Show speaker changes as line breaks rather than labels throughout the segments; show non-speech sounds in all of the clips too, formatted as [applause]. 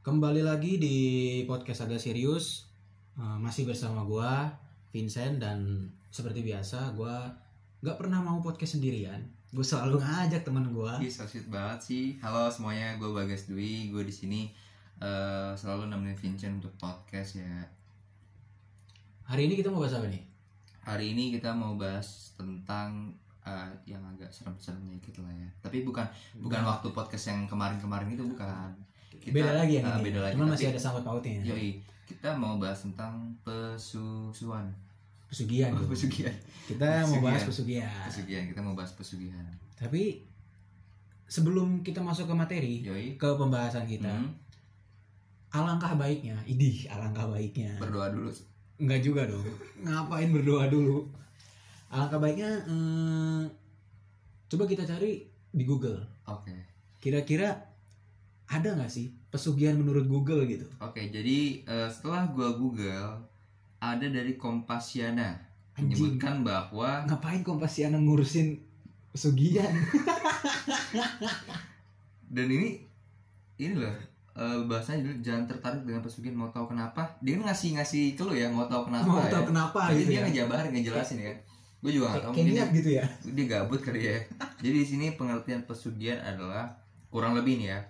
Kembali lagi di podcast agak serius Eh, masih bersama gua Vincent dan seperti biasa gua nggak pernah mau podcast sendirian. Gue selalu ngajak teman gua.
Ih, so sweet banget sih. Halo semuanya, gue Bagas Dwi. Gue di sini eh, selalu nemenin Vincent untuk podcast ya.
Hari ini kita mau bahas apa nih?
Hari ini kita mau bahas tentang eh, yang agak serem-serem dikit lah ya. Tapi bukan bukan waktu podcast yang kemarin-kemarin itu bukan. Kita,
Nah, beda lagi ya
eh,
ini.
beda lagi.
Cuman
Tapi-
masih ada sangkut pautnya. ya.
Yoi, kita mau bahas tentang pesusuan. [laughs]
Pesugihan.
Oh,
gitu.
pesugihan.
Kita mau
Pesugihan.
bahas pesugihan.
Pesugihan, kita mau bahas pesugihan.
Tapi sebelum kita masuk ke materi,
Yoi.
ke pembahasan kita,
Hmm,
alangkah baiknya, idih, alangkah baiknya.
berdoa dulu.
Enggak juga dong. Ngapain berdoa dulu? Alangkah baiknya eh, coba kita cari di Google.
Oke.
Kira-kira ada nggak sih pesugihan menurut Google gitu?
Oke, jadi eh, setelah gua Google ada dari Kompasiana
Anjing.
menyebutkan bahwa
Ngapain kompasianan ngurusin pesugihan?
dan ini ini loh eh, bahasanya dulu jangan tertarik dengan pesugihan mau tahu kenapa dia kan ngasih ngasih clue ya mau tahu kenapa
Mau
ya
tahu kenapa
Jadi
gitu
dia
ya?
ngejabarin ngejelasin ya gue juga nggak
Kayak
tahu
kayak
mungkin
niat gitu ya?
dia, dia gabut kali ya jadi di sini pengertian pesugihan adalah kurang lebih nih ya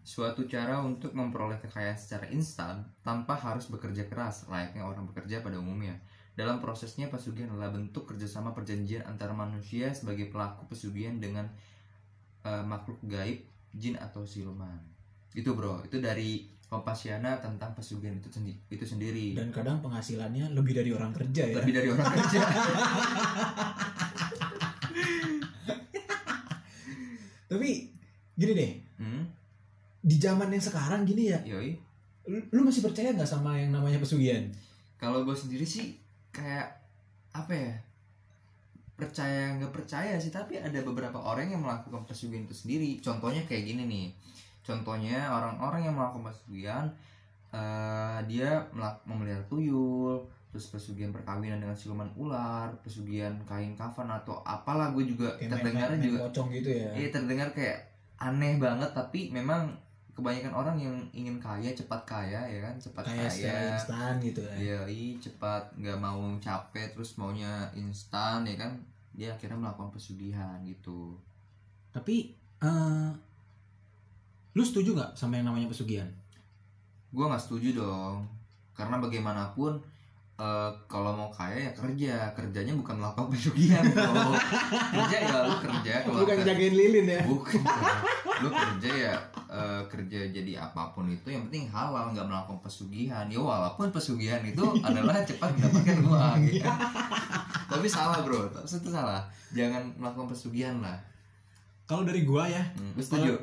suatu cara untuk memperoleh kekayaan secara instan tanpa harus bekerja keras layaknya orang bekerja pada umumnya dalam prosesnya pesugihan adalah bentuk kerjasama perjanjian antara manusia sebagai pelaku pesugihan dengan eh, makhluk gaib jin atau siluman itu bro itu dari Kompasiana tentang pesugihan itu sendi- itu sendiri
Dan kadang penghasilannya lebih dari orang kerja ya.
lebih dari orang kan? kerja
Tapi gini deh,
hmm,
di zaman yang sekarang gini ya,
yoi
lu, lu masih percaya nggak sama yang namanya pesugihan?
kalau gue sendiri sih kayak apa ya percaya nggak percaya sih tapi ada beberapa orang yang melakukan pesugihan itu sendiri contohnya kayak gini nih contohnya orang-orang yang melakukan pesugihan eh, dia melak- memelihara tuyul terus pesugihan perkawinan dengan siluman ular pesugihan kain kafan atau apalah gue juga
Kayak
terdengarnya
main-main
juga
pocong gitu ya.
Iya terdengar kayak aneh banget tapi memang kebanyakan orang yang ingin kaya cepat kaya ya kan cepat
Kayak secara
kaya
instan gitu ya.
Iya, i cepat nggak mau capek terus maunya instan ya kan dia akhirnya melakukan pesugihan gitu.
Tapi eh lu setuju nggak sama yang namanya pesugihan?
Gua nggak setuju dong karena bagaimanapun eh, kalau mau kaya ya kerja kerjanya bukan melakukan pesugihan bro. kerja ya lu kerja kalau
Bukan
kerja-
jagain lilin ya.
bukan Bro. lu kerja ya eh, kerja jadi apapun itu yang penting halal nggak melakukan pesugihan ya walaupun pesugihan itu adalah cepat mendapatkan uang gitu tapi salah bro itu salah jangan melakukan pesugihan lah
Kalau dari gua ya,
hmm, lu setuju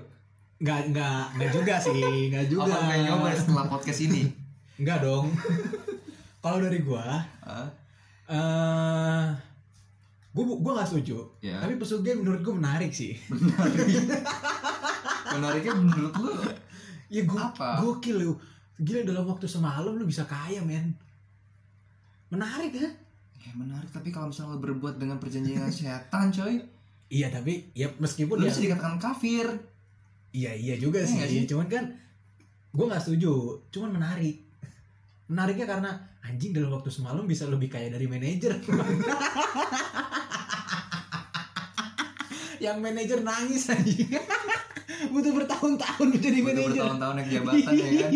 nggak nggak nggak juga sih, nggak juga.
apa lu pengen Oh, nyoba setelah podcast ini
Nggak
[laughs]
dong. Kalau dari gua,
Hah?
eh gua bu- gua nggak setuju.
ya
Tapi pesugihan menurut gua menarik sih.
menariknya menurut lu
ya gua
Apa?
gokil lu. Gila dalam waktu semalam lu bisa kaya men. Menarik ya?
ya menarik tapi kalau misalnya lu berbuat dengan perjanjian setan coy
Iya tapi ya meskipun
lu
ya-
bisa dikatakan kafir
Iya iya juga
Iya
sih.
nggak sih?
Cuman kan gue nggak setuju. Cuman menarik. Menariknya karena anjing dalam waktu semalam bisa lebih kaya dari manajer. [laughs] Yang manajer nangis anjing. [laughs] Butuh bertahun-tahun jadi manajer. [laughs]
Udah
Iya.
bertahun-tahun naik jabatan ya kan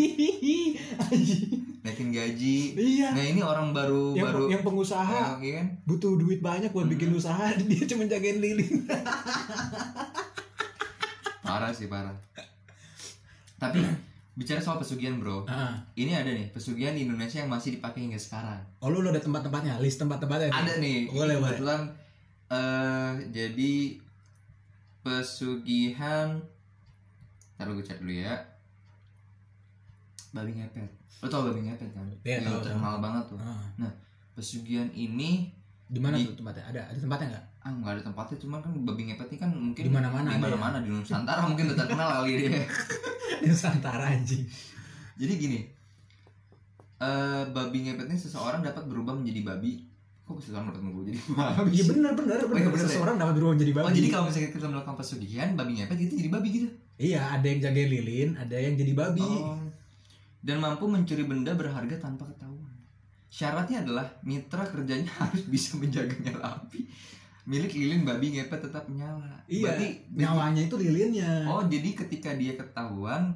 Anjing.
naikin gaji
Iya.
nah ini orang baru
Yang,
baru
yang pengusaha
Ya, iya kan?
butuh duit banyak buat bikin usaha [laughs] dia cuma jagain lilin.
Parah sih parah. Tapi bicara soal pesugihan bro,
Heeh.
ini ada nih pesugihan di Indonesia yang masih dipakai hingga sekarang.
Oh lu udah ada tempat-tempatnya, list tempat-tempatnya. Iya, nih?
Ada nih.
Boleh, boleh.
Kebetulan eh, jadi pesugihan. Taruh gue cek dulu ya. Babi ngepet. Lo tau babi ngepet kan?
Iya,
Yang
tahu, tahu.
terkenal banget tuh.
Heeh.
Pesugihan ini
Di mana
Di-
tuh tempatnya? Ada ada tempatnya nggak?
ah nggak ada tempatnya cuman kan babi ngepet ini kan mungkin
Di mana-mana ada ya?
di mana mana di Nusantara mungkin udah terkenal kali dia
Nusantara anjing.
Jadi gini, eh babi ngepet ini seseorang dapat berubah menjadi babi. Kok seseorang dapat berubah jadi babi?
Iya bener bener bener.
iya, bener,
Seseorang dapat berubah menjadi babi.
Oh jadi kalau misalnya kita melakukan pesugihan, babi ngepet itu jadi babi gitu?
Iya ada yang jagain lilin, ada yang jadi babi.
Oh, dan mampu mencuri benda berharga tanpa ketahuan. Syaratnya adalah mitra kerjanya [laughs] harus bisa menjaga nyala api milik lilin babi ngepet tetap nyala.
Iya.
Berarti
Nyawanya itu lilinnya.
oh jadi ketika dia ketahuan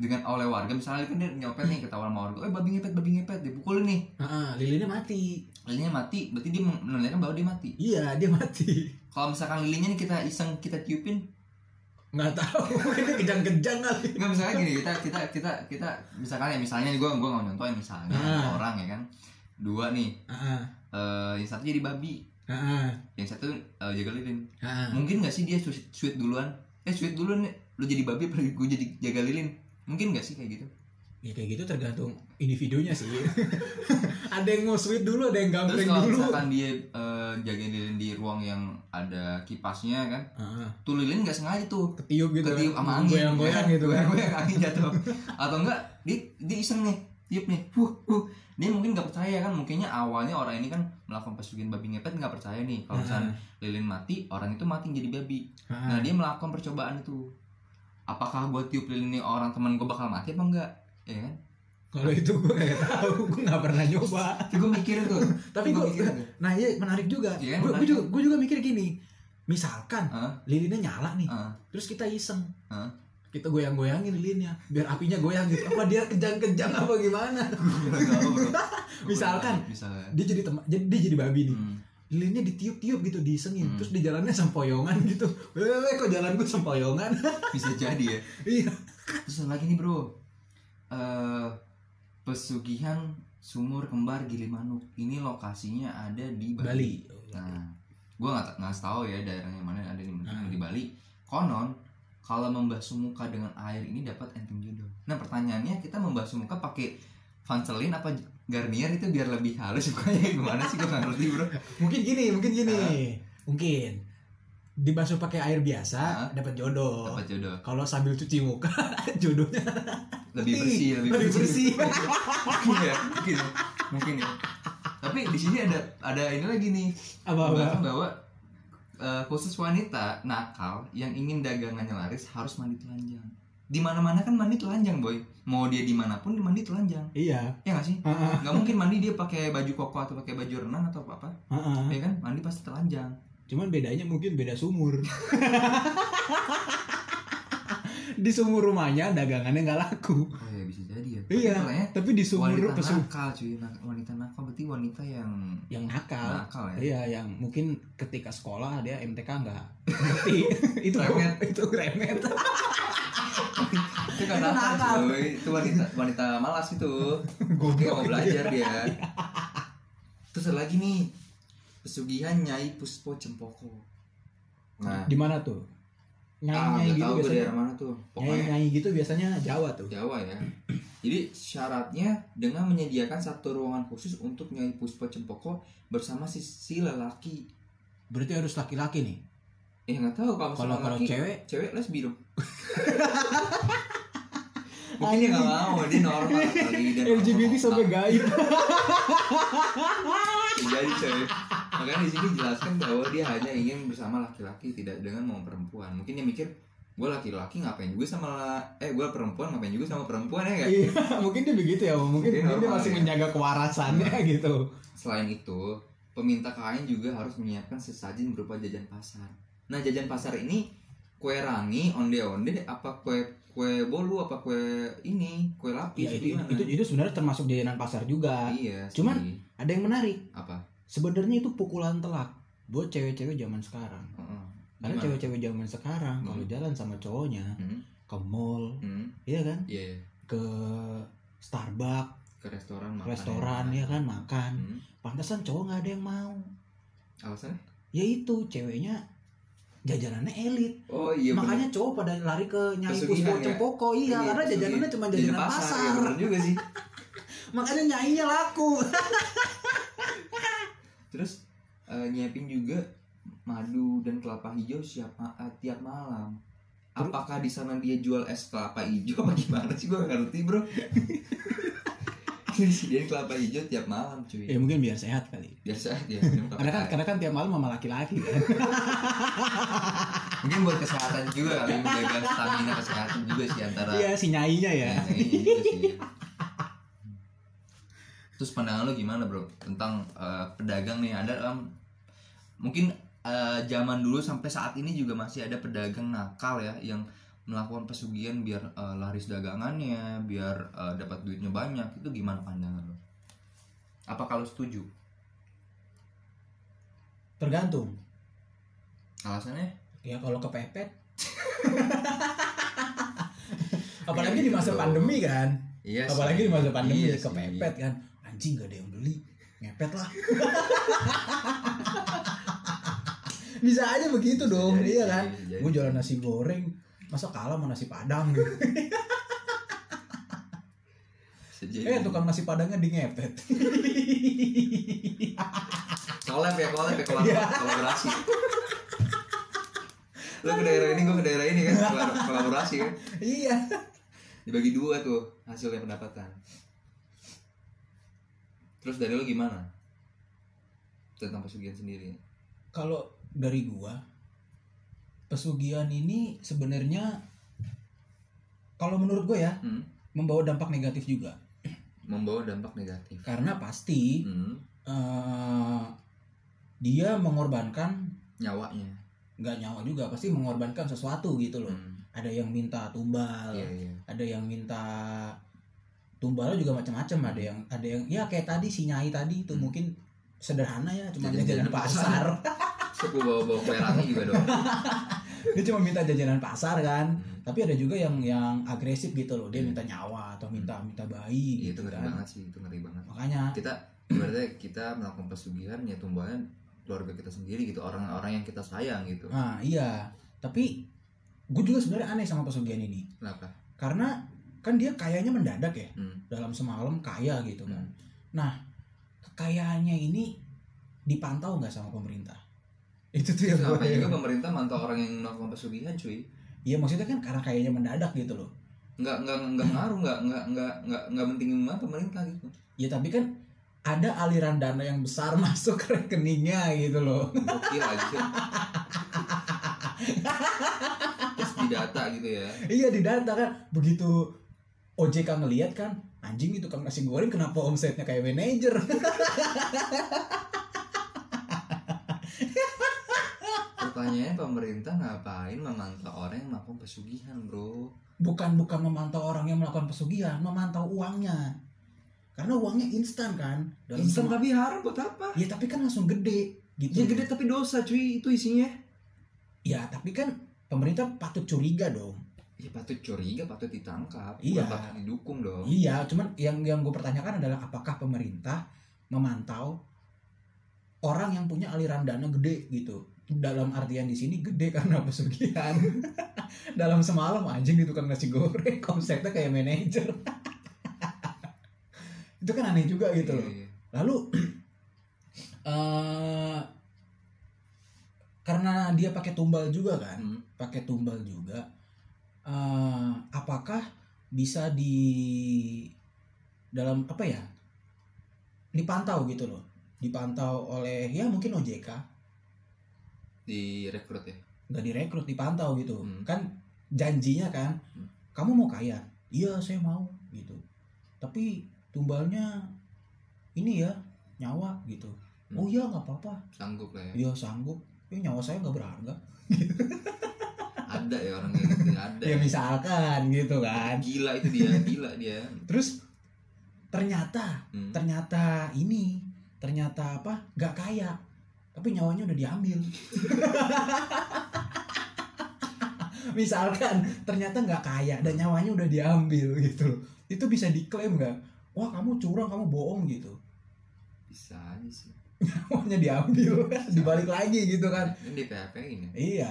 dengan oleh warga misalnya kan dia nyopet nih ketahuan sama warga, eh babi ngepet babi ngepet dipukulin nih,
Ah, lilinnya mati.
lilinnya mati, berarti dia menandakan bahwa dia mati.
Iya, dia mati. [laughs]
Kalau misalkan lilinnya nih kita iseng kita tiupin,
Nggak tahu. [laughs] Ini kejang-kejang kali.
Nggak misalnya gini kita kita kita kita misalkan ya misalnya gue gue nggak nyontohin misalnya
Ah.
ada orang ya kan dua nih
Ah,
eh, yang satu jadi babi
ah, ah,
yang satu eh, jaga lilin
ah.
mungkin nggak sih dia sweet, sweet duluan eh sweet duluan nih, lu jadi babi apa gue jadi jaga lilin mungkin nggak sih kayak gitu
Ya kayak gitu tergantung individunya sih. [laughs] ada yang mau sweet dulu, ada yang
terus
gambling
kalau
dulu.
misalkan dia eh, jagain lilin di ruang yang ada kipasnya kan
Ah,
tuh lilin nggak sengaja tuh
ketiup gitu.
ketiup
kan.
sama angin
Goyang-goyang gitu kan.
goyang angin jatuh atau enggak dia, dia iseng nih tiup nih huh huh dia mungkin nggak percaya kan mungkinnya awalnya orang ini kan melakukan pesugihan babi ngepet nggak percaya nih kalau
Hmm.
misalnya lilin mati orang itu mati jadi babi
Ah, ah.
nah dia melakukan percobaan itu apakah gua tiup lilin nih orang teman gua bakal mati apa enggak ya kan
Kalau itu gue nggak tahu, gue nggak pernah nyoba.
itu gua mikirin tuh
Tapi
Gua
gue,
mikirin tuh.
nah iya menarik juga.
Iya,
gue
menarik.
juga, gua juga mikir gini, misalkan
Hah?
lilinnya nyala nih,
Hah?
terus kita iseng,
Hah?
kita goyang-goyangin lilinnya, biar apinya goyang gitu. Apa dia kejang-kejang apa
[laughs]
gimana?
Gua nggak tahu, bro. Gua
Misalkan.
nggak tahu, misalkan
Dia jadi teman, jadi dia jadi babi nih.
Hmm.
Lilinnya ditiup-tiup gitu, disengin,
Hmm.
terus di jalannya sempoyongan gitu. Wewe kok jalan gue sempoyongan? [laughs]
bisa jadi ya
iya.
Terus ada lagi nih bro eh Pesugihan Sumur Kembar Gili Manuk Ini lokasinya ada di Bali,
Bali.
Nah Gue gak, nggak tahu ya daerahnya mana ada di,
Ah.
di Bali Konon Kalau membasuh muka dengan air ini dapat enteng jodoh Nah pertanyaannya kita membasuh muka pakai Vaseline apa Garnier itu biar lebih halus [laughs] mukanya gimana sih gue gak ngerti bro
Mungkin gini, mungkin gini. Mungkin dibasuh pakai air biasa
Ah.
dapat jodoh.
Dapat jodoh
Kalau sambil cuci muka [laughs] jodohnya
Lebih bersih Lebih,
lebih bersih.
[laughs] mungkin ya mungkin ya, mungkin ya tapi di sini ada ada ini lagi nih
apa apa?
bahwa, bahwa eh, khusus wanita nakal yang ingin dagangannya laris harus mandi telanjang di mana mana kan mandi telanjang boy mau dia dimanapun mandi telanjang
Iya.
ya nggak sih
Heeh.
nggak mungkin mandi dia pakai baju koko atau pakai baju renang atau apa apa
Heeh.
ya kan mandi pasti telanjang
Cuman bedanya mungkin beda sumur. [laughs] di sumur rumahnya dagangannya nggak laku.
oh ya bisa jadi ya Tapi
Iya.
soalnya
Tapi di sumur
wanita
pesu
nakal cuy Nak- wanita nakal berarti wanita yang
yang nakal.
nakal ya
Iya, yang mungkin ketika sekolah dia MTK nggak
[laughs]
ngerti. itu
Remet.
[laughs] itu remet.
itu kan
Itu
nakal
nakal.
cuy itu wanita wanita malas itu Dia
Goblok
mau belajar dia. Terus ada lagi nih pesugihan Nyai Puspo Cempoko. Nah,
Di mana tuh?
ah,
Nyai-nyai gitu
nggak tahu gue
biasanya.
daerah mana tuh. Pokoknya
Nyai-nyai gitu biasanya Jawa tuh.
Jawa ya. Jadi syaratnya dengan menyediakan satu ruangan khusus untuk Nyai Puspo Cempoko bersama si, si lelaki.
Berarti harus laki-laki nih.
Eh nggak tahu kalau
Kalau
misalkan
kalau
laki
cewek
cewek lesbi
[laughs]
dong. Mungkin dia nggak mau, dia normal kali dan
LGBT
normal.
sampai gaib.
[laughs] jadi Iya, coy makanya di sini jelaskan bahwa dia hanya ingin bersama laki-laki tidak dengan mau perempuan mungkin dia mikir gue laki-laki ngapain juga sama la- eh gue perempuan ngapain juga sama perempuan ya gak?
Iya, [laughs] mungkin dia begitu ya, mungkin, mungkin dia
Mungkin normal
masih
ya. Iya.
menjaga kewarasannya gitu.
selain itu peminta kain juga harus menyiapkan sesajen berupa jajan pasar nah jajan pasar ini kue rangi onde-onde apa kue kue bolu apa kue ini kue lapis
Iya, itu,
gimana?
itu itu sebenarnya termasuk jajanan pasar juga.
iya sih.
Cuman- Ada yang menarik.
apa
Sebenarnya itu pukulan telak buat cewek-cewek zaman sekarang.
Heeh.
Karena
Gimana?
cewek-cewek zaman sekarang
Hmm.
kalau jalan sama cowoknya
Hmm,
ke mall,
hmm,
iya kan?
iya
Ke Starbucks,
ke restoran makan
restoran ya kan makan.
Hmm,
Pantesan cowok nggak ada yang mau.
alasannya
Ya itu ceweknya jajanannya elit.
oh iya bener.
Makanya cowok pada lari ke Nyai
Pesugihan
Puspo
ya?
Cempoko. Iya,
Iya,
karena
pesugihan.
jajanannya cuma jajanan
ya,
pasar.
bener juga sih
Makanya nyainya laku.
terus eh, nyiapin juga madu dan kelapa hijau siap ma- eh, tiap malam apakah di sana dia jual es kelapa hijau [laughs] apa gimana sih gue gak ngerti bro [laughs] dia kelapa hijau tiap malam cuy
[laughs] Ya mungkin biar sehat kali.
biasa dia minum kelapa
Karena kan,
hijau.
karena kan tiap malam sama laki-laki kan.
mungkin buat kesehatan juga kali menjaga stamina kesehatan juga sih antara
Iya si Iya, nyainya ya.
Nah, iya juga gitu sih. Terus pandangan lu gimana bro tentang eh, pedagang nih ada em, mungkin eh, zaman dulu sampai saat ini juga masih ada pedagang nakal ya yang melakukan pesugihan biar eh, laris dagangannya, biar eh, dapat duitnya banyak. Itu gimana pandangan lu? Apa kalau setuju?
Tergantung.
Alasannya?
Ya kalau
[laughs]
kepepet. Apalagi di
Ya,
masa
gitu.
pandemi kan.
Iya.
Apalagi di masa pandemi
Iya sih.
kepepet kan. Anjing gak ada yang beli. Ngepet
[laughs]
lah. Bisa aja begitu
Bisa
dong,
jadi
iya
sih,
kan?
bisa jadi.
Gue jualan nasi goreng, masa kalah sama nasi padang
Bisa
eh
jadi.
tukang nasi padangnya di ngepet [laughs]
Collab ya, collab ya, collab,
Iya. [laughs]
kolaborasi. Lu ke daerah ini, gue ke daerah ini kan, kolab- kolaborasi kan.
iya
Dibagi dua tuh hasilnya pendapatan. Terus dari lu gimana? Tentang pesugihan sendiri.
kalau dari gua pesugihan ini sebenarnya kalau menurut gua ya
Hmm,
membawa dampak negatif juga
Membawa dampak negatif.
karena pasti
Hmm,
eh, dia mengorbankan
Nyawanya.
nggak nyawa juga pasti mengorbankan sesuatu gitu loh
Hmm,
ada yang minta tumbal
Iya, iya.
ada yang minta tumbalnya juga macam-macam ada yang ada yang ya kayak tadi si nyai tadi itu
Hmm.
mungkin sederhana ya cuma
Jajan-jajan
jajanan pasar [laughs]
Terus gue bawa-bawa kue rangi juga dong.
dia cuma minta jajanan pasar kan
Hmm,
tapi ada juga yang yang agresif gitu loh dia
Hmm.
minta nyawa atau minta minta bayi
Iya, itu
gitu
ngeri
kan
banget sih, itu ngeri banget.
makanya
kita berarti kita melakukan pesugihan ya tumbalnya keluarga kita sendiri gitu orang-orang yang kita sayang gitu
nah iya tapi gue juga sebenarnya aneh sama pesugihan ini
kenapa
karena kan dia kayaknya mendadak ya
Hmm.
dalam semalam kaya gitu kan nah kekayaannya ini dipantau nggak sama pemerintah itu tuh yang
Terus ngapain juga
gue
kan pemerintah mantau orang yang melakukan pesugihan cuy
iya maksudnya kan karena kayaknya mendadak gitu loh
nggak nggak nggak ngaruh nggak nggak nggak nggak nggak pentingin banget pemerintah gitu
ya tapi kan ada aliran dana yang besar [laughs] masuk ke rekeningnya gitu loh
gokil aja terus di data gitu ya
Iya di data kan begitu OJK ngelihat kan anjing itu kan nasi goreng kenapa omsetnya kayak manajer [laughs]
pertanyaannya pemerintah ngapain memantau orang yang melakukan pesugihan bro
bukan bukan memantau orang yang melakukan pesugihan memantau uangnya karena uangnya instan kan Dalam
Instan
sema-
tapi haram buat apa
ya tapi kan langsung gede gitu
ya gede tapi dosa cuy itu isinya
ya tapi kan pemerintah patut curiga dong
Ya patut curiga, patut ditangkap.
Iya.
Bukan patut didukung dong.
iya cuman yang yang gue pertanyakan adalah apakah pemerintah memantau orang yang punya aliran dana gede gitu dalam artian di sini gede karena pesugihan [laughs] dalam semalam anjing di tukang nasi goreng konsepnya kayak manajer [laughs] itu kan aneh juga gitu loh
Iya, iya.
lalu [clears throat] eh karena dia pakai tumbal juga kan
Hmm.
pakai tumbal juga eh, apakah bisa di dalam apa ya dipantau gitu loh dipantau oleh ya mungkin OJK
Direkrut ya.
nggak direkrut dipantau gitu
Hmm.
kan janjinya kan
Hmm.
kamu mau kaya iya saya mau gitu tapi tumbalnya ini ya nyawa gitu
Hmm.
oh iya nggak apa-apa
Sanggup lah ya.
iya sanggup ya nyawa saya nggak berharga
Ada ya orang yang gitu, ada.
ya misalkan gitu kan
Gila itu dia, gila dia.
terus ternyata
Hmm.
ternyata ini ternyata apa nggak kaya tapi nyawanya udah diambil [laughs] misalkan ternyata nggak kaya dan nyawanya udah diambil gitu loh. itu bisa diklaim nggak wah kamu curang kamu bohong gitu [laughs]
Bisa aja sih.
nyawanya diambil dibalik lagi gitu kan
Kan di PHP ini.
iya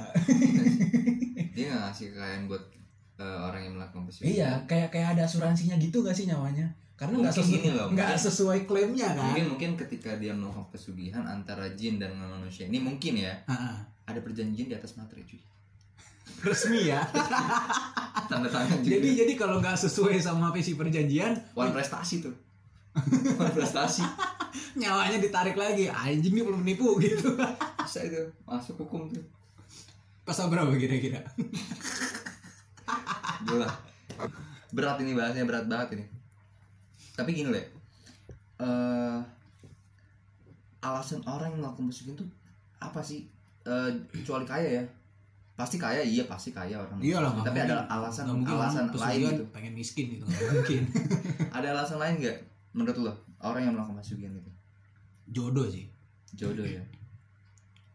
Dia nggak ngasih kekayaan buat eh, orang yang
iya
melakukan pesugihan.
kayak kayak ada asuransinya gitu gak sih nyawanya karena nggak
Mungkin
sesuai
ini loh,
nggak
mungkin.
sesuai klaimnya kan
Mungkin mungkin ketika dia melakukan pesugihan antara jin dan manusia ini mungkin ya
Ah, ah.
ada perjanjian di atas materai cuy.
resmi ya
Tanda tangan juga.
[laughs] Jadi jadi kalau nggak sesuai sama visi perjanjian,
Wan prestasi tuh. Wan prestasi.
nyawanya ditarik lagi. Anjing nih belum nipu gitu. [laughs]
Bisa itu masuk hukum tuh.
Pasal berapa kira-kira?
Bola. Berat ini bahasnya berat banget ini. Tapi gini, Le. ya. eh alasan orang yang melakukan pesugihan tuh apa sih? Eh, kecuali kaya ya. Pasti kaya, iya pasti kaya orang.
Iya lah, nggak
Tapi ada
mungkin-
alasan
nggak mungkin
alasan
orang
lain
pesugihan
gitu.
pengen miskin gitu nggak mungkin [laughs]
Ada alasan lain nggak menurut lo orang yang melakukan pesugihan itu?
jodoh sih
Jodoh ya.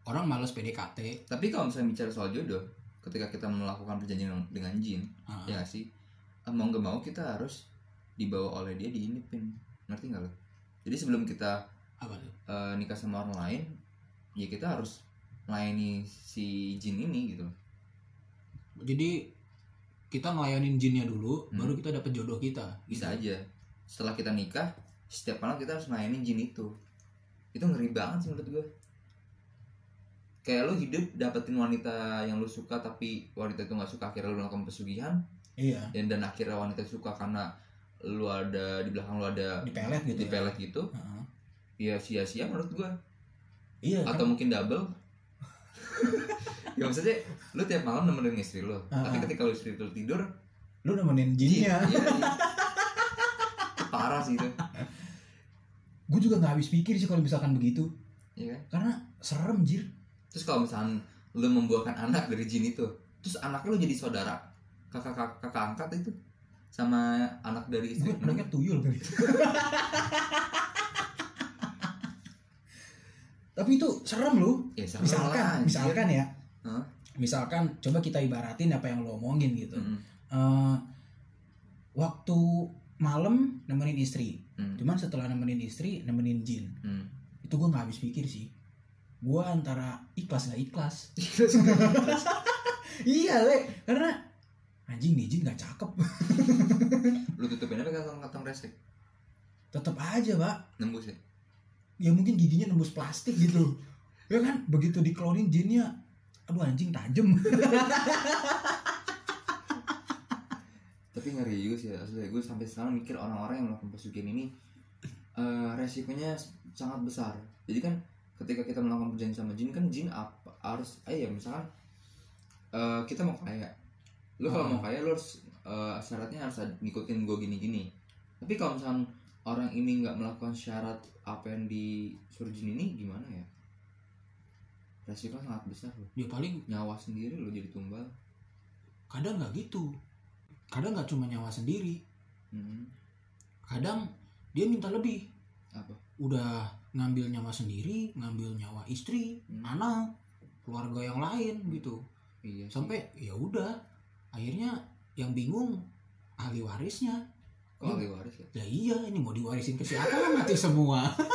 orang malas PDKT
Tapi kalau misalnya bicara soal jodoh, ketika kita melakukan perjanjian dengan jin,
Ah.
ya nggak sih, Eh, mau nggak mau kita harus dibawa oleh dia diinipin, ngerti nggak lo? Jadi sebelum kita
apa tuh
eh, nikah sama orang lain, ya kita harus melayani si jin ini gitu.
jadi kita ngelayanin jinnya dulu
Hmm.
baru kita dapet jodoh kita
Bisa aja. Setelah kita nikah, setiap malam kita harus melayani jin itu. Itu ngeri banget sih menurut gue. Kayak lu hidup dapetin wanita yang lu suka tapi wanita itu nggak suka akhirnya lu melakukan pesugihan,
iya
dan dan akhirnya wanita suka karena lu ada di belakang lu ada
dipelet gitu ya.
dipelet gitu
Heeh.
ya sia-sia menurut gua
iya
atau
kan?
mungkin double ya maksudnya lu tiap malam nemenin istri lu
Ah.
tapi
ya.
ketika lu istri lu tidur
lu nemenin
jin, iya, iya. parah sih itu
gue juga nggak habis pikir sih kalau misalkan begitu
Iya kan?
karena serem jir
terus kalau misalnya lu membuahkan anak dari jin itu terus anaknya lu jadi saudara kakak kakak, kakak angkat itu sama anak dari istri
gue
lu.
mereka tuyul kali tapi itu serem lu
ya sama lah,
misalkan
anjir.
misalkan ya
Hah?
misalkan coba kita ibaratin apa yang lo omongin gitu
Mm-mm.
Eh, waktu malam nemenin istri
Mm.
cuman setelah nemenin istri nemenin jin
Mm. [laughs]
itu gue nggak habis pikir sih gue antara ikhlas nggak ikhlas iya le karena anjing nih jin nggak cakep
lu tutupin aja pakai kantong-kantong resek
tetap aja pak
nembus ya
ya mungkin giginya nembus plastik gitu ya kan begitu diklonin jinnya aduh anjing tajem
tapi ngeri juga sih asli gue sampai sekarang mikir orang-orang yang melakukan pesugihan ini eh, resikonya s- sangat besar jadi kan ketika kita melakukan perjanjian sama jin kan jin apa harus eh ya misalkan eh, kita mau kaya lu kalau
Hmm.
mau kaya lu harus eh, syaratnya harus ad- ngikutin gue gini-gini tapi kalau misalkan orang ini nggak melakukan syarat apa yang disuruh jin ini gimana ya resiko sangat besar loh
[laughs] ya paling
nyawa sendiri lo jadi tumbal
kadang nggak gitu kadang nggak cuma nyawa sendiri
Mm-mm.
kadang dia minta lebih
apa
udah ngambil nyawa sendiri ngambil nyawa istri
Hmm.
anak keluarga yang lain gitu
iya sih.
sampai ya udah akhirnya yang bingung ahli warisnya
Kok ahli waris ya?
ya iya ini mau diwarisin ke siapa mati semua